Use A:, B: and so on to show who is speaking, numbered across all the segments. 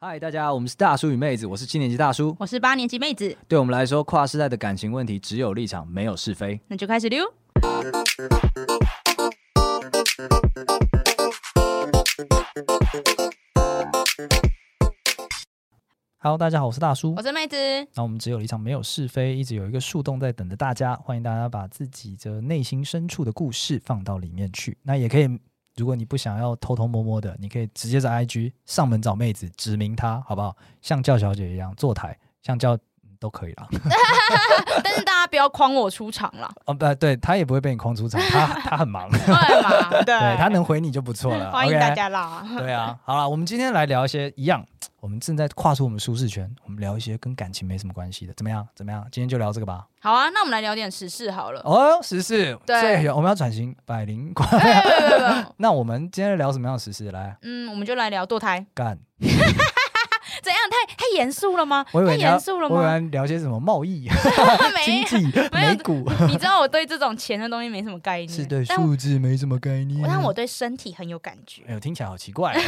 A: 嗨，大家，我们是大叔与妹子，我是七年级大叔。
B: 我是八年级妹子，
A: 对我们来说，跨世代的感情问题只有立场，没有是非。
B: 那就开始溜。
A: Hello，大家好，我是大叔
B: 我。是妹子，
A: 那我们只有立场，没有是非，一直有一个树洞在等着大家。欢迎大家把自己的内心深处的故事放到里面去。那也可以，如果你不想要偷偷摸摸的，你可以直接在 IG 上门找妹子，指明她，好不好？像叫小姐一样坐台，像叫、嗯都可以啦。
B: 但是大家不要诓我出场啦，
A: 哦，不对，她也不会被你框出场，她她很 忙，对
B: 对嘛？对
A: 她能回你就不错了。
B: 欢迎大
A: OK
B: 家啦。
A: 对啊，好了，我们今天来聊一些一样，我们正在跨出我们舒适圈，我们聊一些跟感情没什么关系的，怎么样？怎么样？今天就聊这个吧。
B: 好啊，那我们来聊点时事好了。
A: 哦，时事，
B: 对
A: 所以我们要转型百灵果。
B: 哎不不不不
A: 那我们今天聊什么样的时事？来
B: 嗯，我们就来聊堕胎，
A: 干，
B: 怎样？太太严肃了吗？
A: 我以
B: 太
A: 为你要
B: 严肃了
A: 我以
B: 吗？
A: 为你聊些什么贸易、
B: 没
A: 经
B: 有，
A: 济、
B: 没有
A: 美股，
B: 你知道我对这种钱的东西没什么概念，
A: 是对
B: 但我
A: 数字没什么概念。
B: 但我对身体很有感觉。
A: 哎呦，听起来好奇怪啊。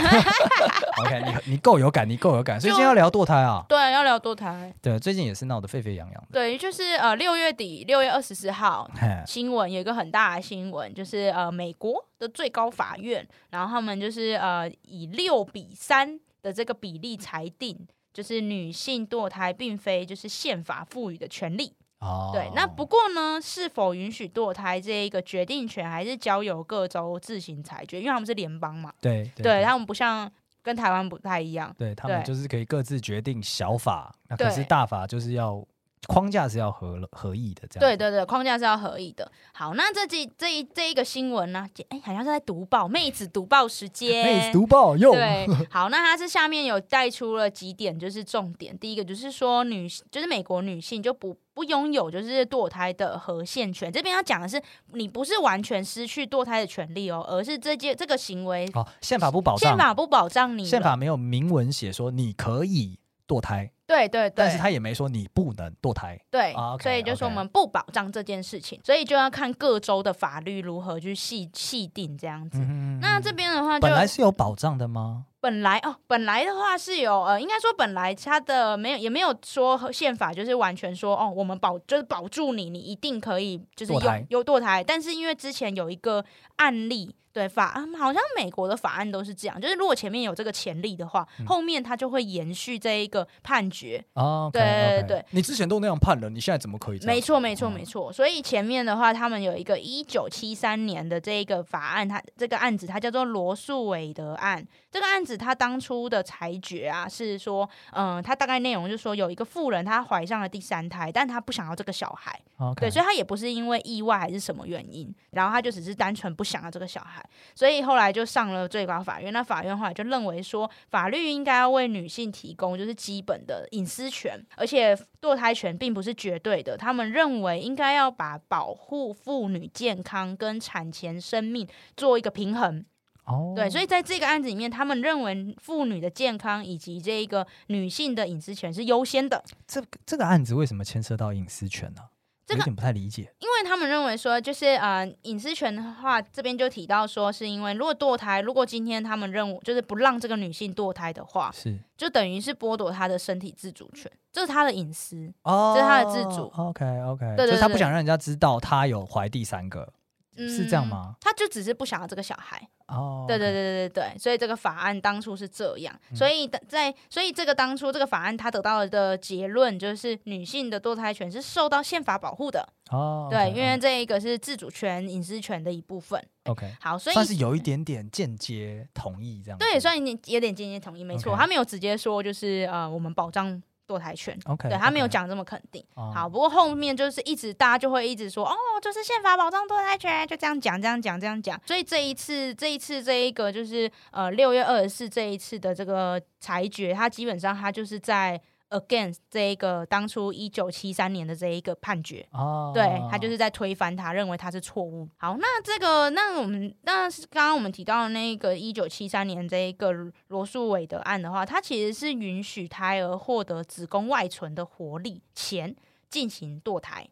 A: OK，你你够有感，你够有 感，所以今天要聊堕胎啊。
B: 对，要聊堕胎。
A: 对，最近也是闹得沸沸扬扬的。
B: 对，就是呃，六月底，六月二十四号，
A: 嘿
B: 新闻有一个很大的新闻，就是呃，美国的最高法院，然后他们就是呃以六比三的这个比例裁定，就是女性堕胎并非就是宪法赋予的权利。
A: 哦，
B: 对，那不过呢，是否允许堕胎这一个决定权，还是交由各州自行裁决，因为他们是联邦嘛，
A: 对对
B: 对他们不像跟台湾不太一样。
A: 对他们
B: 对
A: 就是可以各自决定小法，那可是
B: 对
A: 大法就是要框架是要合了合意的这样。
B: 对，对对，框架是要合意的。好，那这几这一这一个新闻呢、哎、好像是在读报，妹子读报时间，
A: 妹子读报用。
B: 对，好，那它是下面有带出了几点，就是重点。第一个就是说女，就是美国女性就不不拥有就是堕胎的合宪权。这边要讲的是，你不是完全失去堕胎的权利哦，而是这件这个行为，
A: 好，宪法不哦保
B: 宪
A: 障，
B: 法不保障你了。
A: 宪法没有明文写说你可以堕胎，
B: 对对
A: 但是
B: 对
A: 他也没说你不能堕胎。
B: 对
A: 啊，OK，
B: 所以就是
A: OK
B: 我们不保障这件事情，所以就要看各州的法律如何去细细定这样子。
A: 嗯
B: 那这边的话就，
A: 本来是有保障的吗？
B: 本来哦，本来的话是有呃，应该说本来它的没有也没有说和宪法就是完全说哦，我们保就是保住你，你一定可以就是
A: 堕胎
B: 有有堕胎，但是因为之前有一个案例。对法啊，好像美国的法案都是这样，就是如果前面有这个潜力的
A: 嗯
B: 话，后面它就会延续这一个判决。
A: 哦，
B: 对对，
A: 你之前都那样判了，你现在怎么可以这样？
B: 没错，没错，
A: 嗯
B: 没错。所以前面的话，他们有一个一九七三年的这一个法案，它这个案子它叫做罗素韦德案。这个案子它当初的裁决啊，是说，嗯、它大概内容就是说，有一个妇人她怀上了第三胎，但她不想要这个小孩，
A: 哦 OK，
B: 对，所以她也不是因为意外还是什么原因，然后她就只是单纯不想要这个小孩，所以后来就上了最高法院。那法院后来就认为说，法律应该要为女性提供就是基本的隐私权，而且堕胎权并不是绝对的。他们认为应该要把保护妇女健康跟产前生命做一个平衡。
A: 哦，
B: 对，所以在这个案子里面，他们认为妇女的健康以及这一个女性的隐私权是优先的。
A: 这个这个案子为什么牵涉到隐私权呢？
B: 这
A: 有
B: 个
A: 点不太理解。
B: 因为他们认为说，就是呃，隐私权的话，这边就提到说，是因为如果堕胎，如果今天他们认为就是不让这个女性堕胎的话，
A: 是
B: 就等于是剥夺她的身体自主权，这是她的隐私。
A: 哦，
B: 这是他的自主
A: OK OK，
B: 对对
A: 就是他
B: 对
A: 不想让人家知道他有怀第三个，是这样吗？
B: 她就只是不想要这个小孩。
A: 哦，嗯
B: 嗯对对对对对对，所以这个法案当初是这样，所以的在所以这个当初这个法案它得到的结论就是，女性的堕胎权是受到宪法保护的。
A: 对，哦，
B: 对，
A: OK，
B: 因为这一个是自主权、隐私权的一部分。
A: OK，
B: 好，所以
A: 算是有一点点间接同意这样子，
B: 对，算有点有点间接同意，没错
A: OK
B: 他没有直接说就是呃，我们保障堕胎权
A: OK，
B: 对他没有，讲这么肯定。
A: 哦
B: 好，不过后面就是一直大家就会一直说，哦，就是宪法保障堕胎权，就这样讲，这样讲，这样讲。所以这一次，这一次这一个就是呃六月二十四这一次的这个裁决，它基本上它就是在 against 这一个当初一九七三年的这一个判决。
A: 哦，
B: 对他就是在推翻他，认为他是错误。好，那这个，那我们那是刚刚我们提到的那个一九七三年这一个罗素韦德案的话，它其实是允许胎儿获得子宫外存的活力前进行堕胎。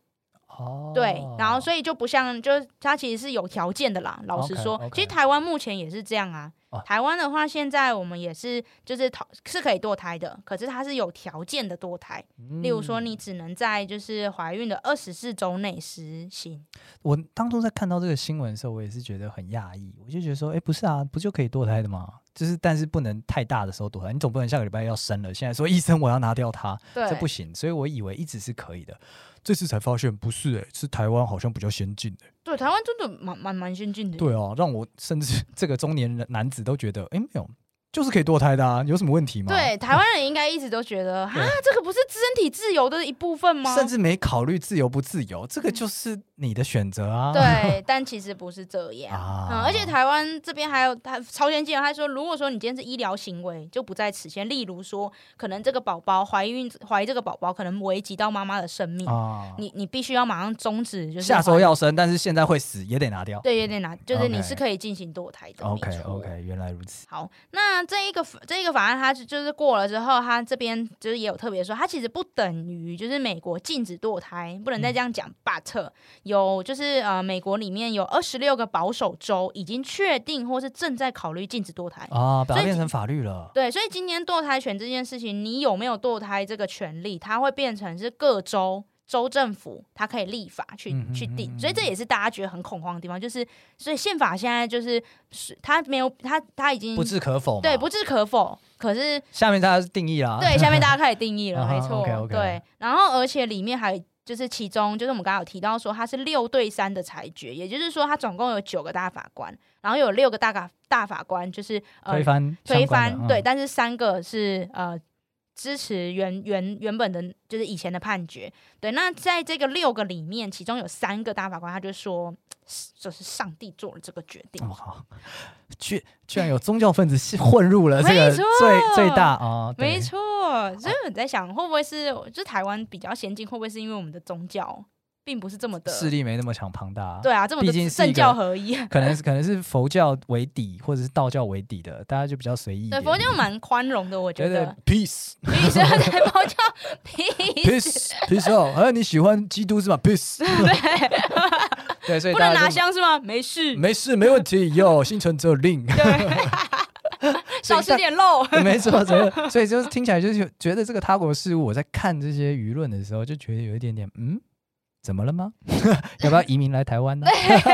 A: 哦，
B: 对，然后所以就不像，就是它其实是有条件的啦。老实说
A: OK，OK
B: 其实台湾目前也是这样啊。
A: 哦
B: 台湾的话，现在我们也是就是讨是可以堕胎的，可是它是有条件的堕胎。例如说，
A: 嗯
B: 你只能在就是怀孕的二十四周内实行。
A: 我当初在看到这个新闻的时候，我也是觉得很讶异，我就觉得说，哎，不是啊，不就可以堕胎的吗？就是，但是不能太大的时候堕胎，你总不能下个礼拜要生了，现在说医生我要拿掉它，
B: 对
A: 这不行。所以我以为一直是可以的，这次才发现不是、哎，是台湾好像比较先进、哎，
B: 对，台湾真的蛮蛮蛮先进 的。
A: 对啊，让我甚至 这个中年人男子都觉得，哎，没有，就是可以堕胎的啊，有什么问题吗？
B: 对，台湾人应该一直都觉得，哈
A: 对，
B: 这个不是身体自由的一部分吗？嗯
A: 甚至没考虑自由不自由，这个就是你的选择啊。
B: 对，但其实不是这样。
A: 啊
B: 嗯，而且台湾这边还有他超先进的，他说，如果说你今天是医疗行为，就不在此限。例如说，可能这个宝宝怀孕怀这个宝宝，可能危及到妈妈的生命，
A: 啊，
B: 你你必须要马上终止，就是
A: 下周
B: 怀
A: 要生，但是现在会死也得拿掉。
B: 对有点难，就是你
A: OK
B: 是可以进行堕胎的。没
A: OK
B: 错
A: OK，原来如此。
B: 好，那这一个法这一个法案，它是就是过了之后，它这边就是也有特别说，它其实不等于就是美国禁止堕胎，不能
A: 嗯
B: 再这样讲。But 有就是呃，美国里面有二十六个保守州已经确定或是正在考虑禁止堕胎。
A: 啊，把它
B: 所以
A: 变
B: 其
A: 成法律了。
B: 对，所以今天堕胎权这件事情，你有没有堕胎这个权利，它会变成是各州州政府它可以立法去、
A: 嗯哼
B: 去
A: 嗯
B: 定，
A: 哼
B: 所以这也是大家觉得很恐慌的地方，就是所以宪法现在就是是它没有它它已经
A: 不置可否嘛。
B: 嗯对，不置可否。可是，
A: 下面大家定义啦。
B: 对，下面大家开始定义 了，
A: 啊哈
B: 没错
A: OK，OK
B: 对，然后而且里面还就是其中就是我们刚刚有提到说它是六对三的裁决，也就是说它总共有九个大法官，然后有六个大法大法官就是呃
A: 推翻
B: 推
A: 相关
B: 翻
A: 的，嗯
B: 对，但是三个是呃支持原原原本的，就是以前的判决。对，那在这个六个里面，其中有三个大法官他就说，就是上帝做了这个决定
A: 哦。好，居居然有宗教分子系混入了这个
B: 没错
A: 最最大啊，对
B: 没。错，所以我在想，会不会是就是台湾比较先进，会不会是因为我们的宗教并不是这么的
A: 势力没那么强庞大，
B: 对，啊，这么
A: 毕竟
B: 的
A: 是一个
B: 政教合一。
A: 可能是可能是佛教为底，或者是道教为底的，大家就比较随意一
B: 对
A: 点。
B: 佛教蛮宽容的，我觉
A: 觉
B: 得
A: 得。peace
B: 所以说对佛教 peace
A: peace peace out，哎，你喜欢基督是吧？peace 对所以
B: 不
A: 大
B: 能
A: 家
B: 拿
A: 就
B: 香是吗？没事，
A: 没事没问题，有心存则灵。
B: 对，
A: 所以
B: 少吃点肉。
A: 没错，所以所以就是听起来就是觉得这个他国事务，我在看这些舆论的时候，就觉得有一点点嗯，怎么了吗？ 要不要移民来台 湾呢？
B: 这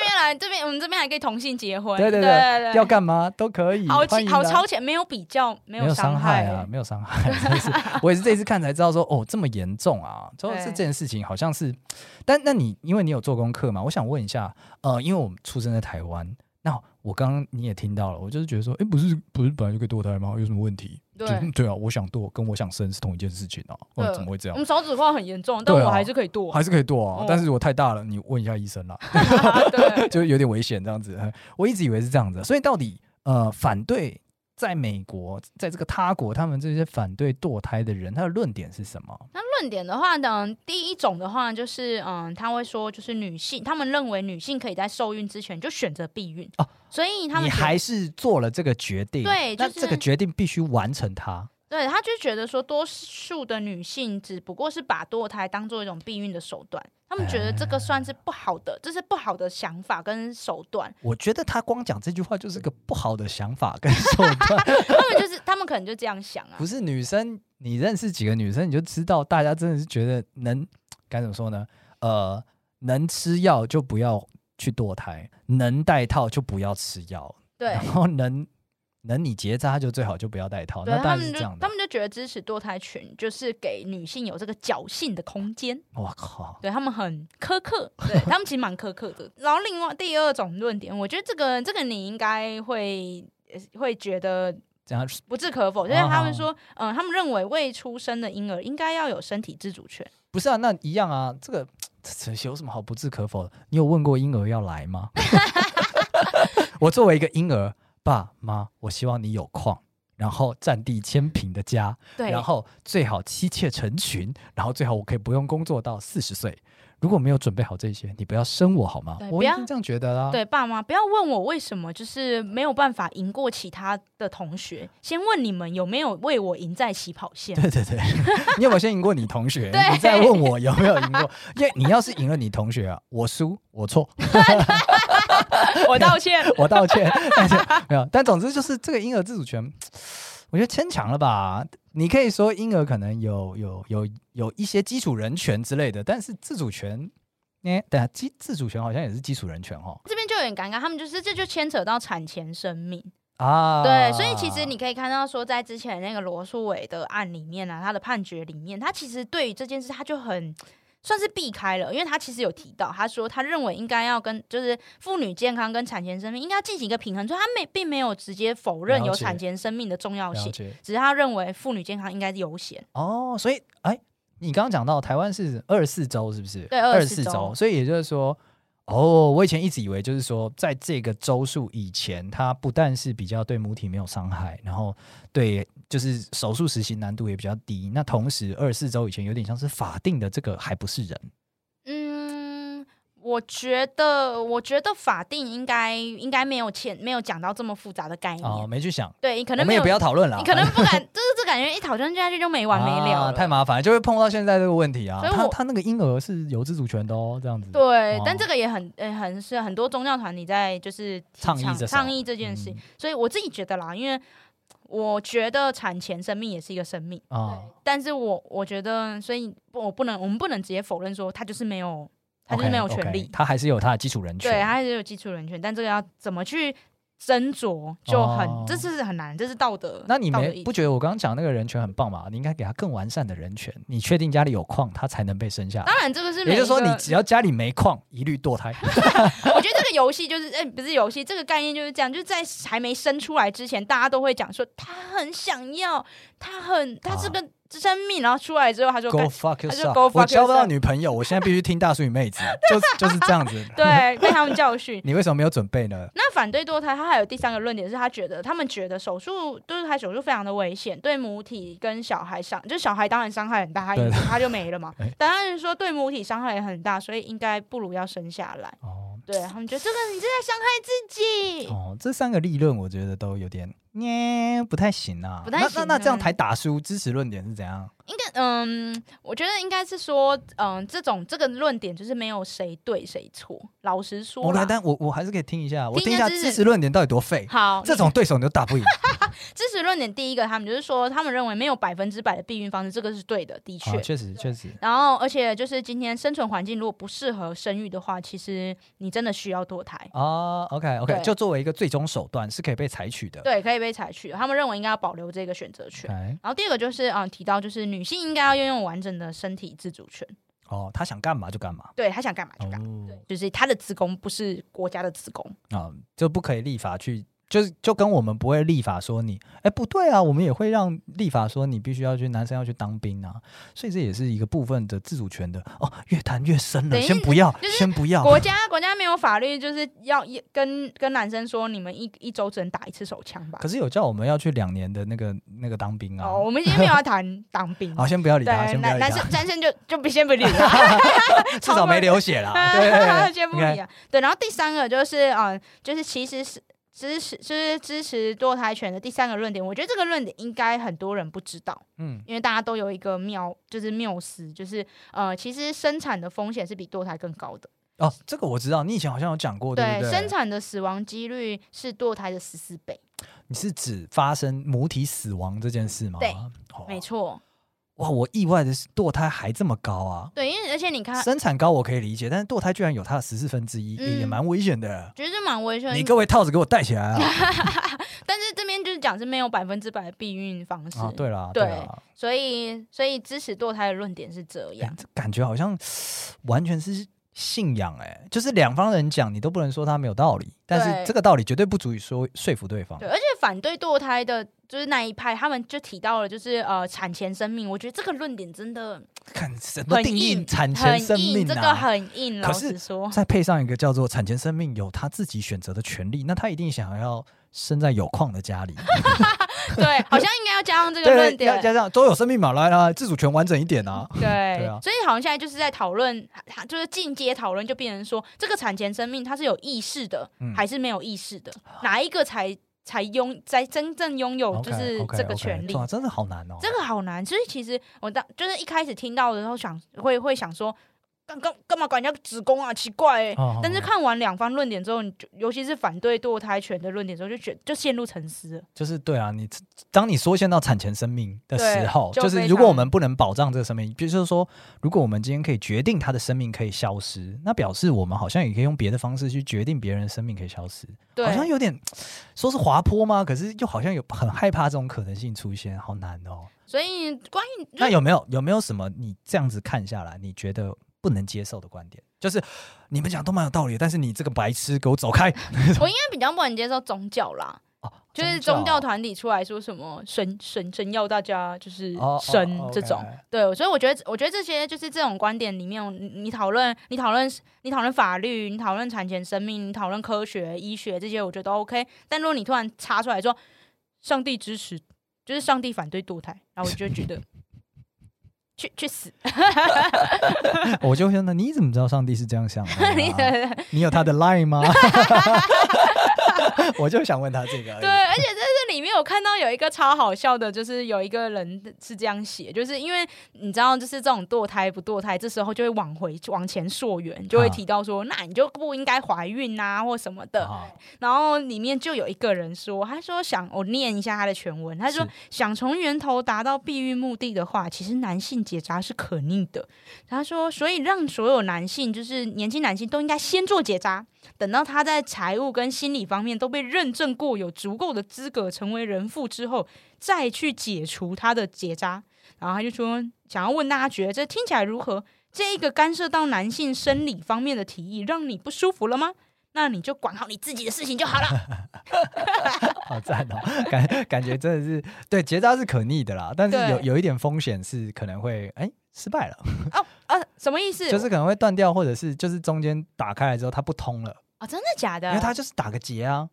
B: 边来，这边我们这边还可以同性结婚，
A: 对
B: 对
A: 对对要干嘛都可以，
B: 好
A: 欢迎
B: 好
A: 来
B: 超前，没有比较，没
A: 没有
B: 伤
A: 伤啊，，没有伤害。 真的是， 我也是这一次看才知道说，哦，这么严重啊！之后这
B: 对
A: 件事情好像是，但那你因为你有做功课嘛，我想问一下，呃，因为我们出生在台湾，那我刚刚你也听到了，我就是觉得说，哎，不是不是本来就可以堕胎吗？有什么问题？
B: 对
A: 就对啊，我想堕跟我想生是同一件事情啊，哦，
B: 对嗯
A: 怎么会这
B: 我
A: 样？
B: 们少子化很严重，但
A: 对啊
B: 我还是可 以 堕，
A: 还是可以堕啊，
B: 哦
A: 但是如果太大了，你问一下医生啦，
B: 对，
A: 就有点危险这样子。 我一直以为是这样子，啊所以到底呃，反对在美国，在这个他国，他们这些反对堕胎的人，他的论点是什么？
B: 那论点的话呢，第一种的话就是，嗯，他会说，就是女性，他们认为女性可以在受孕之前就选择避孕，
A: 哦
B: 所以他们
A: 你
B: 觉得
A: 还是做了这个决定，
B: 对
A: 那
B: 就是
A: 这个决定必须完成它。
B: 对，他就觉得说，多数的女性只不过是把堕胎当做一种避孕的手段，他们觉得这个算是不好的，这是不好的想法跟手段。
A: 我觉得他光讲这句话就是个不好的想法跟手段，
B: 他们就是他们可能就这样想啊
A: 不，是女生。你认识几个女生，你就知道大家真的是觉得能该怎么说呢？呃，能吃药就不要去堕胎，能戴套就不要吃药，
B: 对
A: 然后能能你结扎就最好就不要戴套，
B: 对，
A: 那
B: 他
A: 当然是
B: 们
A: 这
B: 就
A: 样
B: 他
A: 的。
B: 们就觉得支持堕胎权就是给女性有这个侥幸的空间，
A: 我靠，
B: 对他们很苛刻，对他们其实蛮苛刻的。然后另外第二种论点，我觉得这个这个你应该会呃会觉得
A: 这样
B: 不置可否，就是他们说，嗯、他们认为未出生的婴儿应该要有身体自主权。
A: 不是啊？那一样啊，这个这这有什么好不置可否的？你有问过婴儿要来 吗？我作为一个婴儿，爸妈，我希望你有空，然后占地千平的家，
B: 对，
A: 然后最好妻妾成群，然后最好我可以不用工作到四十岁。如果没有准备好这些，你不要生我好吗
B: 对？
A: 我
B: 不
A: 已
B: 要
A: 经这样觉得啊啦。
B: 对爸妈不要问我为什么就是没有办法赢过其他的同学，先问你们有没有为我赢在起跑线。
A: 对 对对，你有没有先赢过你同学？
B: 对
A: 你再问我有没有赢过？因为你要是赢了你同学啊，我输，我错，
B: 我道歉，
A: 我道歉。但是没有，但总之就是这个婴儿自主权，我觉得牵强了吧？你可以说婴儿可能有有有有一些基础人权之类的，但是自主权，哎、等下基自主权好像也是基础人权哦
B: 这边就有点尴尬，他们就是这就牵扯到产前生命。
A: 啊。
B: 对，所以其实你可以看到说，在之前那个罗素伟的案里面啊，他的判决里面，他其实对于这件事他就很。算是避开了，因为他其实有提到，他说他认为应该要跟就是妇女健康跟产前生命应该要进行一个平衡，所以他没并没有直接否认
A: 了
B: 有
A: 解
B: 产前生命的重要
A: 了
B: 性，
A: 解
B: 只是他认为妇女健康应该优先。
A: 哦，所以哎，你刚刚讲到台湾是二十四周，是不是？
B: 对
A: 二
B: 24周
A: 周，所以也就是说，哦，我以前一直以为就是说，在这个周数以前，它不但是比较对母体没有伤害，然后对就是手术实行难度也比较低，那同时二十四周以前有点像是法定的这个还不是人
B: 嗯，我觉得，我觉得法定应该应该没有前没有讲到这么复杂的概念，
A: 啊、没去想，
B: 对，哦可
A: 我们
B: 能没
A: 也
B: 有
A: 不要讨论了，
B: 你可 能不敢， 就是这感觉一讨论下去就没完没了
A: 啊
B: 了
A: 太麻烦了，就会碰到现在这个问题啊。
B: 所以
A: 他
B: 我
A: 他那个婴儿是有自主权的哦，这样子。
B: 对
A: 哦，
B: 但这个也很、呃很是很多宗教团体在就是提
A: 倡议
B: 倡
A: 这首
B: 倡议这件事，
A: 嗯
B: 所以我自己觉得啦，因为我觉得产前生命也是一个生命，
A: 啊，
B: 但是我我觉得，所以不我不能我们不能直接否认说他就是没有他就是
A: OK，
B: 没有权
A: OK，
B: 利
A: 他还是有他的基础人权。
B: 对，他还是有基础人权，但这个要怎么去斟酌就很、
A: 哦
B: 这是很难，这是道德，
A: 那你
B: 道德
A: 没
B: 议
A: 不觉得我刚刚讲那个人权很棒吗？你应该给他更完善的人权。你确定家里有矿，他才能被生下来。
B: 当然这个是
A: 也
B: 每
A: 就
B: 一
A: 是说，
B: 个
A: 你只要家里没矿，一律 堕胎。
B: 我觉得这个游戏就是，哎、不是游戏，这个概念就是这样，就是在还没生出来之前，大家都会讲说他很想要，他很他
A: 啊
B: 这个生命，然后出来之后他就
A: Go
B: 干
A: fuck
B: 就
A: yourself！
B: go
A: 我
B: fuck
A: 交不到
B: yourself
A: 女朋友，我现在必须听大叔与妹子，就就是这样子。，
B: 对被他们教训。
A: 你为什么没有准备呢？
B: 那反对堕胎，他还有第三个论点是，他觉得他们觉得手术堕胎手术非常的危险，对母体跟小孩伤，就小孩当然伤害很大，他
A: 对
B: 一他就没了嘛
A: 哎。
B: 当然说对母体伤害也很大，所以应该不如要生下来。
A: 哦
B: 对他们觉得这个你是在伤害自己。
A: 哦，这三个立论我觉得都有点耶，不太行啊。
B: 不太
A: 那
B: 行
A: 那
B: 啊
A: 那这样台打输支持论点是怎样？
B: 应该，嗯，我觉得应该是说，嗯，这种这个论点就是没有谁对谁错。老实说
A: 我来，
B: 啦，
A: 哦啊但我我还是可以听一下，我
B: 听
A: 听
B: 一
A: 一下
B: 下支
A: 支
B: 持
A: 持论点到底多废。
B: 好，
A: 这种对手你都打不 赢。
B: 支持论点第一个，他们就是说，他们认为没有百分之百的避孕方式，这个是对的，的确。
A: 啊确实确实。
B: 然后，而且就是今天生存环境如果不适合生育的话，其实你真的需要堕胎，
A: 哦、o k OK，
B: 对
A: 就作为一个最终手段是可以被采取的。
B: 对，可以被采取的。他们认为应该要保留这个选择权。
A: ，OK，
B: 然后第二个就是，嗯，提到就是女性应该要拥有完整的身体自主权，
A: 哦，他想干嘛就干嘛。
B: 对她想干嘛就
A: 哦
B: 干嘛，就是她的子宫不是国家的子宫。
A: 啊、就不可以立法去，就是就跟我们不会立法说你，哎，不对啊，我们也会让立法说你必须要去男生要去当兵啊，所以这也是一个部分的自主权的。哦，越谈越深了，
B: 等于
A: 先不要，
B: 就是
A: 先不要。
B: 国家国家没有法律，就是要一跟跟男生说，你们一一周只能打一次手枪吧
A: 可。是有叫我们要去两年的那个那个当兵啊。
B: 哦，我们今天没有要谈当 兵，
A: 哦好，先不要理
B: 对，
A: 他，先不要
B: 男
A: 理
B: 男
A: 他
B: 生，男生就 就不先不理了，
A: 至少没流血啦。对 对对，
B: 先不
A: 你看
B: 理了。对，然后第三个就是啊、呃就是其实是。支持就是支持堕胎权的第三个论点，我觉得这个论点应该很多人不知道，
A: 嗯，
B: 因为大家都有一个谬，就是谬思，就是呃，其实生产的风险是比堕胎更高的，
A: 哦，这个我知道，你以前好像有讲过，对不对？
B: 生产的死亡几率是堕胎的十四倍，
A: 你是指发生母体死亡这件事吗？
B: 对
A: 哦
B: 没。错，
A: 哇，我意外的是堕胎还这么高啊！
B: 对，因为而且你看，
A: 生产高我可以理解，但是堕胎居然有它的十四分之一，
B: 嗯
A: 也蛮危险的。
B: 觉得这蛮危险
A: 你
B: 的。
A: 各位套子给我戴起来 啊！
B: 但是这边就是讲是没有百分之百的避孕方式，
A: 啊，对啦，
B: 对
A: 啦，
B: 所以所以支持堕胎的论点是这
A: 哎
B: 样。
A: 这感觉好像完全是信仰哎、就是两方人讲，你都不能说他没有道理，但
B: 对
A: 是这个道理绝对不足以说说服对方
B: 对，而且反对堕胎的，就是那一派，他们就提到了，就是呃，产前生命。我觉得这个论点真的
A: 看什么
B: 很
A: 定义
B: 硬，
A: 产前
B: 很
A: 生
B: 硬，
A: 命
B: 这个
A: 啊？
B: 很硬。
A: 可
B: 老
A: 是
B: 实说，
A: 再配上一个叫做产前生命有他自己选择的权利，那他一定想要生在有矿的家 里，
B: 对，好像应该要加上这个
A: 对
B: 论
A: 对，要
B: 点。
A: 加上都有生命嘛，来来，自主权完整一点 啊。对
B: 对
A: 啊，
B: 所以好像现在就是在讨论，就是进阶讨论，就变成说，这个产前生命它是有意识的，
A: 嗯
B: 还是没有意识的？哪一个才才拥才真正拥有哦就
A: OK，
B: 是
A: OK，
B: 这个
A: OK，
B: 权利？
A: 哇，真的好难哦。
B: 这个好难。所以其实我当就是一开始听到的时候想，会会想说，干干干嘛管人家子宫啊？奇怪、欸。
A: 哦，
B: 但是
A: 哦哦
B: 看完两方论点之后，你就尤其是反对堕胎权的论点之后，就觉就陷入沉思了。
A: 就是对啊，你当你缩限到产前生命的时
B: 对
A: 候，
B: 就
A: 就是
B: 非
A: 如果我
B: 常
A: 们不能保障这个生命，比如说，如果我们今天可以决定他的生命可以消失，那表示我们好像也可以用别的方式去决定别人的生命可以消失，
B: 对，
A: 好像有点说是滑坡吗？可是又好像有很害怕这种可能性出现，好难哦。
B: 所以关于
A: 那有没有有没有什么你这样子看下来，你觉得不能接受的观点？就是你们讲都蛮有道理的，但是你这个白痴给我走 开！
B: 我应该比较不能接受宗教啦，
A: 哦，
B: 就是宗教团体出来说什么神神神要大家就是
A: 哦哦
B: 神
A: 哦
B: 这种，
A: ，OK
B: 对，所以我觉得我觉得这些就是这种观点里面，你你讨论你讨论你讨论法律，你讨论产前生命，你讨论科学医学这些，我觉得都 OK。但如果你突然插出来说上帝支持，就是上帝反对堕胎，然后我就觉得 去去死，
A: 我就会问他，你怎么知道上帝是这样想的 啊、
B: 你
A: 你有他的 line 吗？ 我就想问他这个而已。
B: 对，而且在这里面我看到有一个超好笑的，就是有一个人是这样写，就是因为你知道，就是这种堕胎不堕胎，这时候就会往回往前溯源，就会
A: 嗯
B: 提到说，那你就不应该怀孕啊或什么的。
A: 啊，
B: 然后里面就有一个人说，他说想我念一下他的全文，他说
A: 是
B: 想从源头达到避孕目的的话，其实男性结扎是可逆的。他说，所以让所有男性，就是年轻男性都应该先做结扎，等到他在财务跟心理方面都被认证过有足够的资格成为人父之后，再去解除他的结扎。然后他就说，想要问大家觉得这听起来如何？这一个干涉到男性生理方面的提议，让你不舒服了吗？那你就管好你自己的事情就好了。
A: 好赞哦！感 感觉真的是对结扎是可逆的啦，但是有
B: 对
A: 有一点风险是可能会哎失败了，
B: 哦，呃，什么意思？
A: 就是可能会断掉，或者是就是中间打开来之后它不通了，
B: 哦，真的假的？
A: 因为它就是打个结 啊。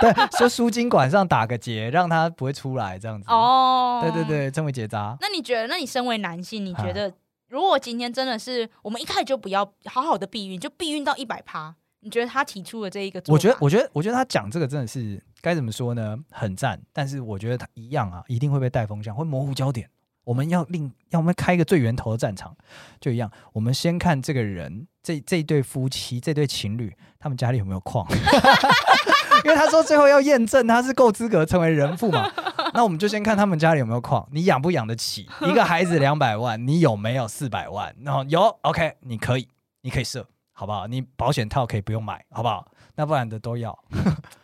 A: 对，说输精管上打个结，让它不会出来这样子。，
B: 哦，
A: 对对。啊对，称为结扎。
B: 那你觉得？那你身为男性，你觉得如果今天真的是我们一开始就不要好好的避孕，就避孕到一百趴，你觉得他提出的这一个做法，
A: 我觉得，我觉得，我觉得他讲这个真的是该怎么说呢？很赞，但是我觉得他一样啊，一定会被带风向，会模糊焦点。我们要另，要我们开一个最源头的战场，就一样。我们先看这个人，这这一对夫妻，这对情侣，他们家里有没有矿？ 因为他说最后要验证他是够资格成为人父嘛，那我们就先看他们家里有没有矿，你养不养得起一个孩子两百万，你有没有四百万？然后有，OK，你可以，你可以设，好不好？你保险套可以不用买，好不好？那不然的都要。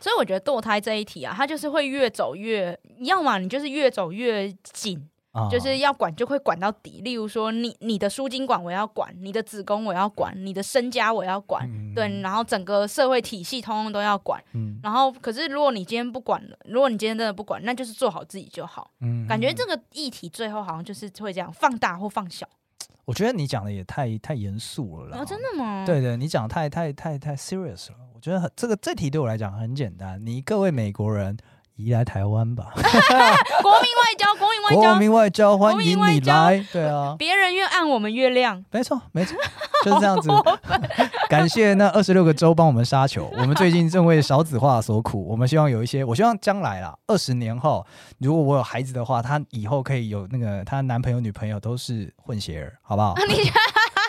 B: 所以我觉得堕胎这一题啊，它就是会越走越，要么你就是越走越紧，
A: 啊
B: 就是要管就会管到底。例如说你，你的输精管我要管，你的子宫我要管，你的身家我要管，
A: 嗯
B: 对，然后整个社会体系通通都要管。
A: 嗯
B: 然后，可是如果你今天不管了，如果你今天真的不管，那就是做好自己就好。
A: 嗯
B: 感觉这个议题最后好像就是会这样放大或放小。
A: 我觉得你讲的也太太严肃了啦。
B: 哦，真的吗？，
A: 对对，你讲得太太太太 serious 了。我觉得很这个这题对我来讲很简单，你各位美国人移来台湾吧，
B: 国民外交，国民外
A: 国
B: 交，
A: 民外交欢
B: 国民
A: 迎
B: 外
A: 你
B: 交
A: 来。对啊，
B: 别人越暗，我们越亮。
A: 没错没错， 就是这样子。感谢那二十六个州帮我们杀球。我们最近正为少子化所苦，我们希望有一些，我希望将来啦，二十年后，如果我有孩子的话，他以后可以有那个他男朋友女朋友都是混血儿，好不好？
B: 啊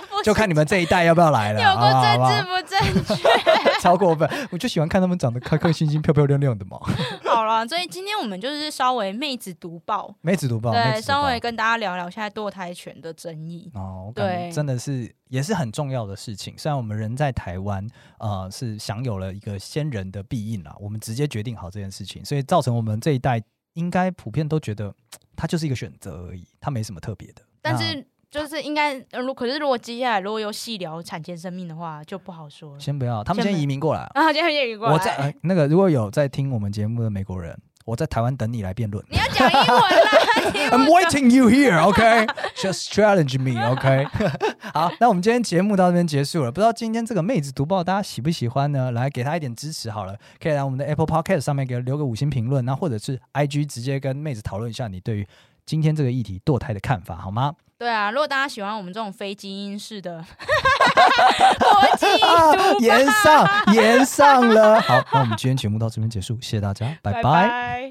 B: 不
A: 就看你们这一代要不要来了，
B: 有
A: 好不
B: 过
A: 好好
B: 政
A: 不
B: 治
A: 好？
B: 不正确。
A: 超过分，我就喜欢看他们长得开开心心、漂漂亮亮的嘛。
B: 好了，所以今天我们就是稍微妹子读报，
A: 妹子读报，哦妹
B: 对，
A: 子读报
B: 稍微跟大家聊聊现在堕胎权的争议。
A: 哦，我感觉
B: 对
A: 真的是也是很重要的事情。虽然我们人在台湾，呃，是享有了一个先人的庇应啦，我们直接决定好这件事情，所以造成我们这一代应该普遍都觉得嘖它就是一个选择而已，它没什么特别的。
B: 但
A: 那
B: 是就是应该，呃如可是如果接下来如果有细聊产前生命的话，就不好说了。
A: 先不要，他们
B: 先
A: 先
B: 不
A: 移民过来啊。
B: 啊，今天也过
A: 我在、
B: 来，
A: 呃那个如果有在听我们节目的美国人，我在台湾等你来辩论。
B: 你要讲英文啦， 你英
A: I'm
B: 文
A: waiting you here, OK? Just challenge me, OK? 好，那我们今天节目到这边结束了。不知道今天这个妹子读报大家喜不喜欢呢？来给她一点支持好了，可以来我们的 Apple Podcast 上面给留个五星评论，那或者是 IG 直接跟妹子讨论一下你对于今天这个议题堕胎的看法，好吗？
B: 对啊，如果大家喜欢我们这种非基因 式的 国际
A: 啊
B: 读报，
A: 延上，延上了。好，那我们今天节目到这边结束，谢谢大家，拜拜
B: 拜